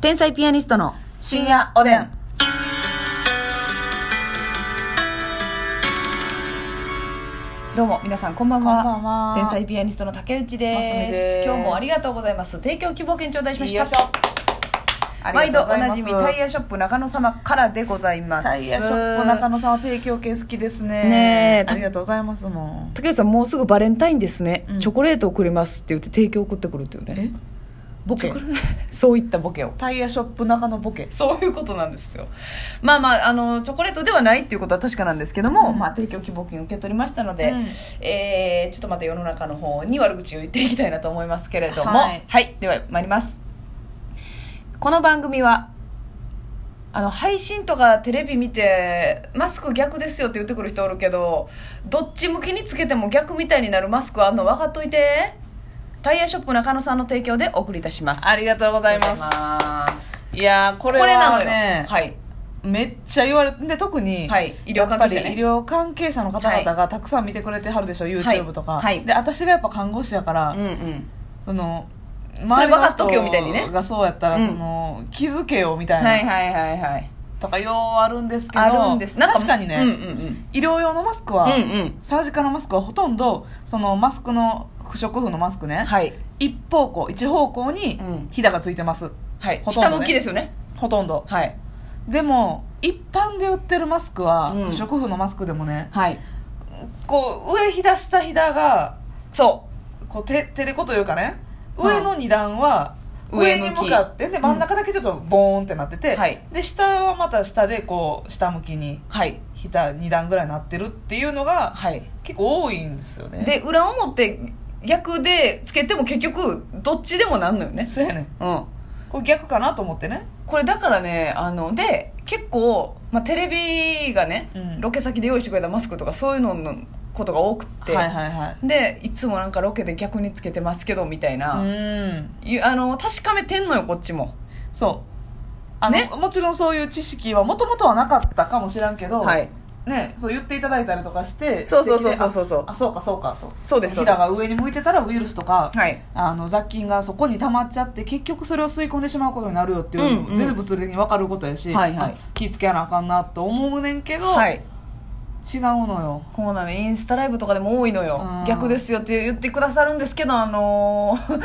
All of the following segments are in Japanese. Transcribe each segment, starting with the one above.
天才ピアニストの深夜おでん。どうも皆さんこんばんこはんばんは天才ピアニストの竹内です,、ますみです今日もありがとうございます提供希望券頂戴しましたよいしょあ毎りが度とうごおざいなまじすみタイヤショップ中野様からでございますタイヤショップ中野さんは提供系好きですね。ねえありがとうございますもん。竹内さんもうすぐバレンタインですね、うんチョコレート送りますって言って提供送ってくるっていうねボチョケコ。レ そういったボケをタイヤショップ中野ボケ。そういうことなんですよまあまああのチョコレートではないっていうことは確かなんですけども、うんまあ、提供希望金受け取りましたので、うんえーちょっとまた世の中の方に悪口を言っていきたいなと思いますけれどもははいい、では参りますこの番組はあの配信とかテレビ見てマスク逆ですよって言ってくる人おるけどどっち向きにつけても逆みたいになるマスクあんの分かっといてタイヤショップ中野さんの提供でお送りいたしますありがとうございあまりすがとう。ございますいやーここれれなはのよ、ね、はいめっちゃ言われて、で特に、はい医療関係者ねやっぱり医療関係者の方々がたくさん見てくれてはるでしょ、YouTube とか。はいで、私がやっぱ看護師やから、うんうんその、それ分かっとけよみたいにね周りの人がそうやったら、うんその、気づけよみたいな。はいはいはいはいとかようあるんですけどあるんです確かにね、うんうんうん医療用のマスクは、うんうんサージカルマスクはほとんどそのマスクの不織布のマスクね、はい一方向一方向にうんひだがついてます、はい、ほとんど下ね向きですよねほとんどはいでも一般で売ってるマスクは、うん不織布のマスクでもねはいこう上ひだ下ひだがそこうてテレコというかねうん上の2段は上上向にき向かってで真ん中だけちょっとボーンってなってて、はいで下はまた下でこう下向きにうはいひだ2段ぐらいなってるっていうのがはい結構多いんですよねで裏表逆でつけても結局どっちでもなんのよねそうやねんうんこれ逆かなと思ってねこれだからねあので結構、まあ、テレビがね、うんロケ先で用意してくれたマスクとかそういうののことが多くって、はいはいはいでいつもなんかロケで逆につけてますけどみたいな、うんいうあの確かめてんのよこっちもそうあの、ねもちろんそういう知識はもともとはなかったかもしらんけど、はいね、そう言っていただいたりとかしてそうそうそうそうそうそうああそうかそうかとそうですひだが上に向いてたらウイルスとか、はいあの雑菌がそこに溜まっちゃって結局それを吸い込んでしまうことになるよっていうのうんもうん全部物理的に分かることやし、はいはいあ気ぃつけやなあかんなと思うねんけど、はい違うのよこうなのインスタライブとかでも多いのようん逆ですよって言ってくださるんですけどあのー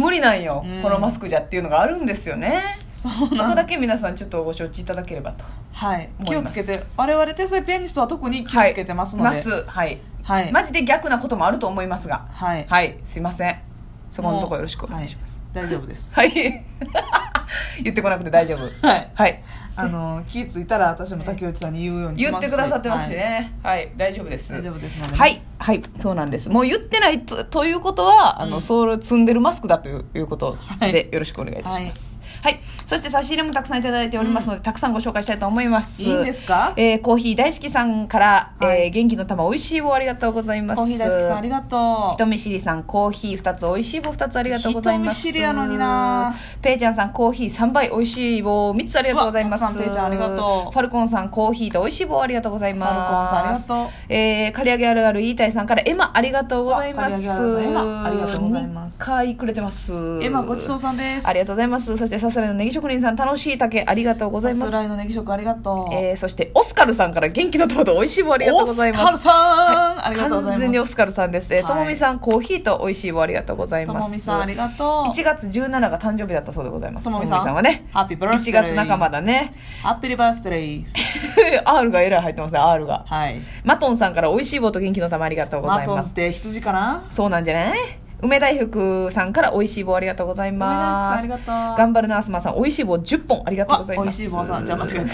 無理なんよ、うんこのマスクじゃっていうのがあるんですよねそうそなこんだだけ皆さんちょっとご承知いただければとはい思気いをまつすけて我々天才ピアニストは特に気をつけてますので、はい、ますはい、はい、マジで逆なこともあると思いますがはい、はいすいませんそこのとこよろしくお願いします大丈夫ですはい、 言ってこなくて大丈夫はいはいあの気ぃついたら私も竹内さんに言うようにし言まっすてしくださってますし、ねはい、大丈夫ですはい大丈夫ですので、はい、はい、そうなんです。もう言ってないとということは、あの、うんソウル積んでるマスクだといういうことはいで、よろしくお願いいたします。はい、そして差し入れもたくさんいただいておりますので、たくさんご紹介したいと思います。いいんですかえーコーヒー大好きさんから、はいえー元気の玉美味しい棒ありがとうございます。コーヒー大好きさんありがと人見知りさんコーヒー2つ美味しい棒2つありがとうございます人見知りやのになペイちゃんさんコーヒー3杯美味しい棒3つありがとうございますうわたくさんペイちゃんありがとうファルコンさんコーヒーと美味しい棒ありがとうございうまマすルコンさんありがとうえー、刈り上げあるある言いたいさんからエマありがとうございます。うわ刈り上げあるあるエマありがとうございます二回くれてます。エマごちそうささんですありがとうございます。そしてさすらいのネギ職人さん楽しい竹ありがとうございまさすす。らいのネギ食ありがとう、えー、そしてオスカルさんから元気の玉と美味しい棒ありがとうオごスざいます。カルさん、ありがとうござ完い全にまオスカルさんです。えーはいともみさんコーヒーと美味しい棒ありがとうございすとます。もみさんありがと1月17が誕生日だったそうでございまうす。ともみさんはね。ハッピーバース1デー月半ばだね。 ハッピーバースデー R がえらい入ってますね、R が。はいマトンさんから美味しい棒と元気の玉ありがとうござマいトンまっす。て羊かなそうなんじゃない梅大福さんから美味しい棒ありがとうございま梅大す。福さんありがとう頑張るナースマンさん、美味しい棒10本ありがとうございます。わ美味しい棒さんじゃあ間違え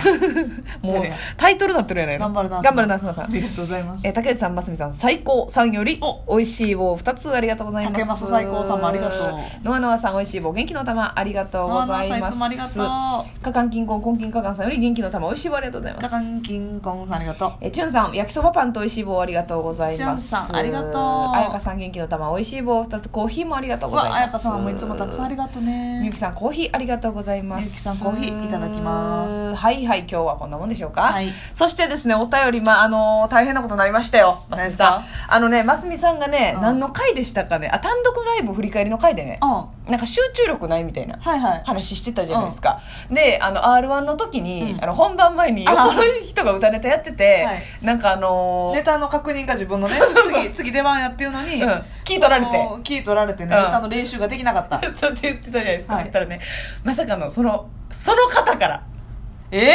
た。 もういやいやタイトルなってるやないの頑張るな頑張るナースマンさ あん。りがとうございますえー竹内さん、ますみさん、最高さんより美味しい棒2つありがとうございます。竹正最高さんもありがとうノアノアさん、美味しい棒、元気の玉ありがとうございます。ノアノアさんいつもありがとうカカンキンコン、コンキンカカンさんより元気の玉、美味しい棒ありがとうございます。カカンキンコンさんありがとうえーチュンさん焼きそばパンと美味しい棒ありがとうございますチュンさんありがとうあやかさん元気の玉美味しい棒2つコーヒーもありがとうございますわあやかさんもいつもたくさんありがとうねみゆきさんコーヒーありがとうございますみゆきさんコーヒーいただきますはいはい今日はこんなもんでしょうか、はいそしてですねお便り、まあのー大変なことになりましたよます何みですさかんあのねますみさんがね、うん何の回でしたかねあ単独ライブ振り返りの回でねうんなんか集中力ないみたいなはいはい話してたじゃないですか、であの r 1の時に、うんあの本番前に横の人が歌ネタやってて、はいなんかあのーネタの確認が自分のね次次出番やっていうのに、うん、気取られてこのキー取られてね、うんネタの練習ができなかったそうって言ってたじゃないですか、はいそしたらねまさかのそのその方からえお便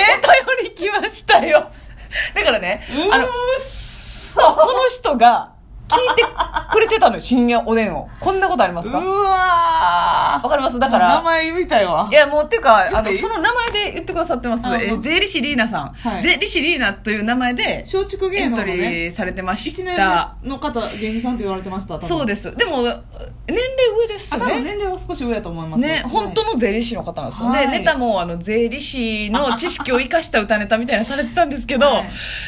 り来ましたよ だからねうーあのそその人が聞いてくれて たのよ深夜おでんをこんなことありまー、すうかわわーかりますだか名ら前みたいわいやもうっていうかあの言っていいその名前で言ってくださってます、あえうー、ん税理士リーナさん、はい税理士リーナという名前で松竹エ芸ン能トのねリーされてまし1た年目の方芸人さんって言われてましたそうでですでも年齢上です多よ分ね年齢は少し上だと思いますね、本当のの税理士の方なんですよ、はいでネタもあの税理士の知識を生かした歌ネタみたいなのされてたんですけど、はい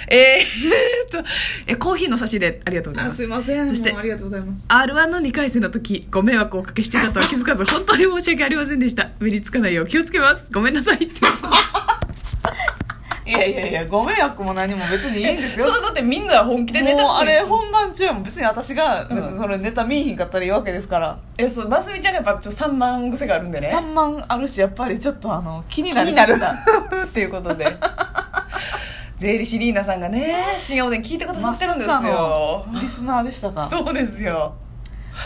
えーえっとえコーヒーの差し入れありがとうございますすいませんそしてもうありがとうございます R1 の2回戦の時ご迷惑をおかけしていたとは気づか ず本当に申し訳ありませんでした目につかないよう気をつけますごめんなさいっていやいやいやご迷惑も何も別にいいんですそよれだってみんな本気でネタもうあ作りれする本番中も別に私がうん別にそれネタ見えひんかったらいいわけですから、えそうますみちゃんがやっぱちょっと3万癖があるんでね3万あるしやっぱりちょっとあの気に気なりになするぎたっていうこと で税理士リーナさんがね深夜おでん聞いてくださってるんですよ、まさかのリスナーでしたかそうですよ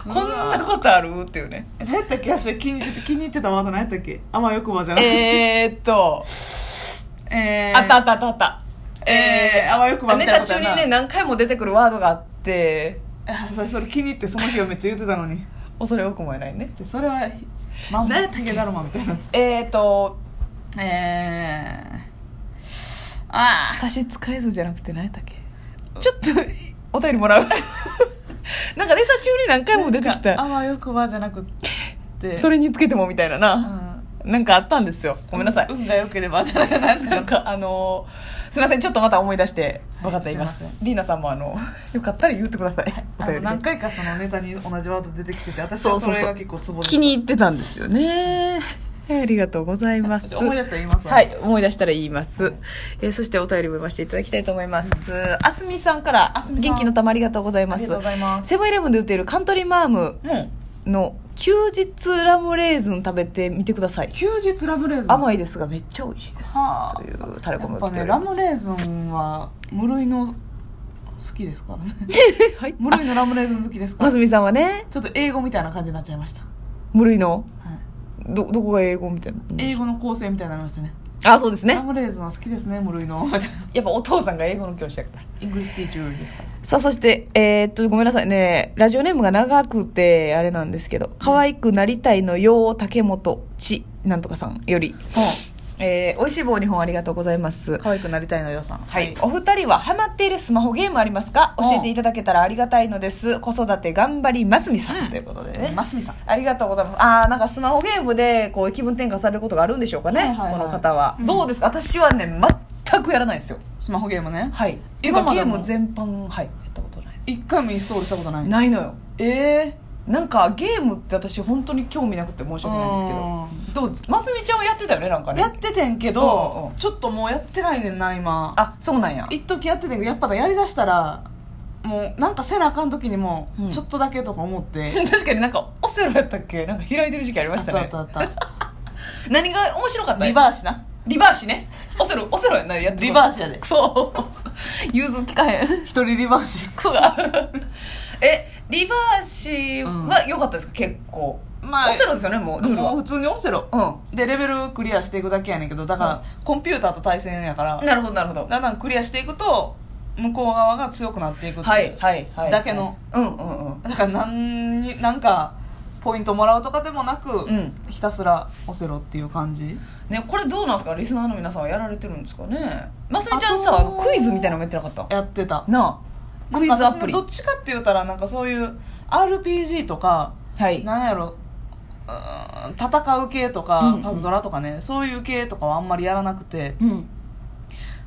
うわこんなことあるっていう ね何やったっけ私気に入って気に入ってたワード何やったっけあまよくばじゃなくてえー、っと、えーあったあったあったあったえーあわよくばみネたいなタこ中とやになね何回も出てくるワードがあってあ それそれ気に入ってその日をめっちゃ言ってたのに恐れ多くもないねでそれはまんま何やったっけ竹だるまみたいなやつえー、っとえー、あ差し支えずじゃなくて何やったっけちょっとお便り もらうなんかネタ中に何回も出てきあたわよくばじゃなくてそれ、れにつけてもみたいなうな、ん、なんかあったんですよごめんなさい、運が良ければじゃなく ななんかあのーすいませんちょっとまた思い出して分かった言いますすいまリーナさんもあの よかったら言ってくださいお便あのりで何回かそのネタに同じワード出てきてて私そうはそそうそうれが結構ツボで気に入ってたんですよねはいありがとうございます思い出したら言いますわはい思い出したら言います、えーそしてお便りも読ませていただきたいと思います、あすみさんからあすみさん元気の玉ありがとうございあまりすがとうございますセブンイレブンで売っているカントリーマームうんの休日ラムレーズン食べてみてください休日ラムレーズン甘いですがめっちゃ美味しいです、はあというタレやコミっを来ぱておねりラまムすレーズンは無類の好きですからね はい無類のラムレーズン好きですかますらみさんはねちょっと英語みたいな感じになっちゃいました、無類のはいどどこが英語みたいな英語の構成みたいになりましたねあそうですラねムレーズンは好きですね無類のやっぱお父さんが英語の教師だからイングリッシュティーチューですからさあそしてえーっとごめんなさいねラジオネームが長くてあれなんですけど可愛くなりたいのよう竹本ちなんとかさんより、えー、おいしい棒2本ありがとうございます可愛くなりたいのよさんはい、お二人はハマっているスマホゲームありますかうん教えていただけたらありがたいのです子育て頑張りますみさん、ということでね、ますみさんありがとうございます。ああ、なんかスマホゲームでこう気分転換されることがあるんでしょうかね、はいはいはいこの方は、うんどうですか私はね、全くやらないですよ。スマホゲームねはい。ていう今かまゲでーもム全般、はい、やったことないです。一回もインストールしたことないないのよ。ええなんかゲームって私本当に興味なくて申し訳ないんですけど。どうですますみちゃんはやってたよね、なんかねや。っててんけうんうどんちょっともうやってないねんな今あ、そうなんや。一時やっててんけどやっぱやりだしたらもうなんかせなあかん時にもうんちょっとだけとか思 って、 確かになんかオセロやったっけなんか開いてる時期ありまあしったたあっねた。あった何が面白かったリバーシなリバーシね。オセロ、オセロやんな、やってリバーーシやでクソ。 融通聞かへん。一人リバーシクソが えリバーシは良かったですか、結構まあオセロですよねもうルールもうは普通にオセロうでレベルクリアしていくだけやねんけどだから、コンピューターと対戦やからんなるほどなるほどだんだんクリアしていくと向こう側が強くなっていくっていう、はいはいはいだけのうんうんうんだからなんになんかポイントもらうとかでもなく、んひたすらオセロっていう感じねこれどうなんですかリスナーの皆さんはやられてるんですかねますみちゃんあさとクイズみたいなのもやってなかったやってたなあクイズアプリなんか私のどっちかって言ったらなんかそういう RPG とかはいなんやろうーん戦う系とかうんパズドラとかね、そういう系とかはあんまりやらなくてうん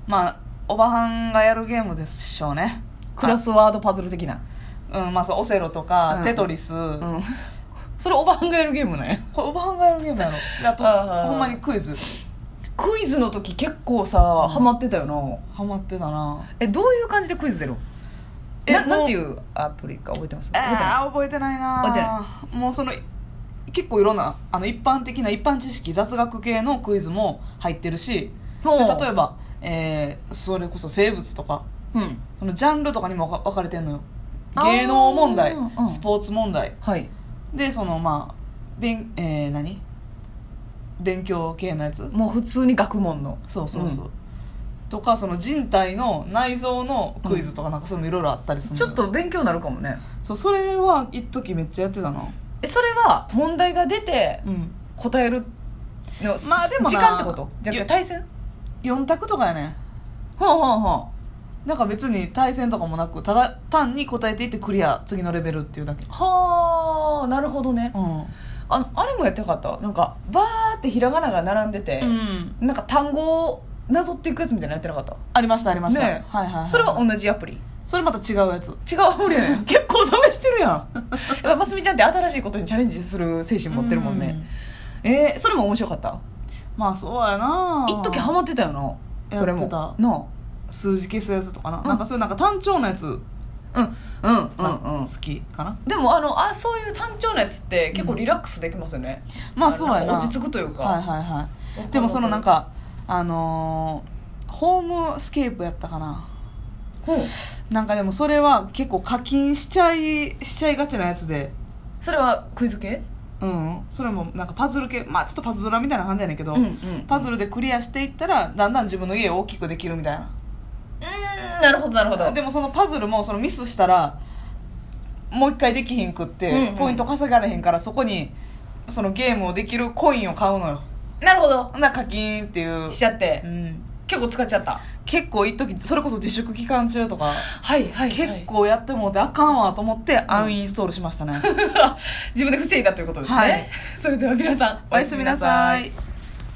まあおばはんがやるゲームでしょうねクロスワードパズル的なうんまあそうオセロとうかんテトリス、うんそれおばはんがやるゲームねこれおばはんがやるゲームやろであとはいはいはいほんまにクイズクイズの時結構さハマってたよなハマってたなえどういう感じでクイズ出るのえなもうなんていうアプリか覚えてます覚えてないああ覚えてないな覚えてもうその結構いろんなあの一般的な一般知識雑学系のクイズも入ってるしほうで例えば、えーそれこそ生物とかうんそのジャンルとかにも分か分かれてんのよあー芸能問題うんスポーツ問題はいでそのまあ勉,、えー何勉強系のやつもう普通に学問のそうそうそう、うとかその人体の内臓のクイズとかなんかそういうのいろいろあったりするのちよょっと勉強になるかもねそうそれは一時めっちゃやってたなえそれは問題が出てうん答えるのまあでもな時間ってことじゃなくて対戦4択とかやねほうほうほなんか別に対戦とかもなくただ単に答えていってクリア次のレベルっていうだけうはあなるほどねうん、ああれもやってなかったなんかバーってひらがなが並んでて、うん、なんか単語をなぞっていくやつみたいなのやってなかった、ありましたありました、ねえはいはい、はい、それは同じアプリそれまた違うやつ違うアプリ やねん結構試してるやん やっぱますみちゃんって新しいことにチャレンジする精神持ってるもんね、えー、それも面白かったうんまあそうやな一時ハマってたよなそれもやってたな数字消すやつとかな、んなんかそういうなんか単調なやつあうんうんがうんうん好きかな、でもあのあそういう単調なやつって結構リラックスできますよね、まあそうやんなか落ち着くというか、はいはいはいでもそのなんかあのーホームスケープやったかなほうなんかでもそれは結構課金しちゃいしちゃいがちなやつでそれはクイズ系うんそれもなんかパズル系まあちょっとパズドラみたいな感じやねんけど、うんうんパズルでクリアしていったらだんだん自分の家を大きくできるみたいなうーんなるほどなるほどでもそのパズルもそのミスしたらもう一回できひんくって、うんうんポイント稼がれへんからそこにそのゲームをできるコインを買うのよなるほどほんなら課金っていうしちゃって、うん結構使っちゃった結構一時それこそ自粛期間中とかはいはい、結構やってもうてあかんわと思ってアンインストー ルしましたね、自分で防いだということですね、はい それでは皆さんおやすみなさい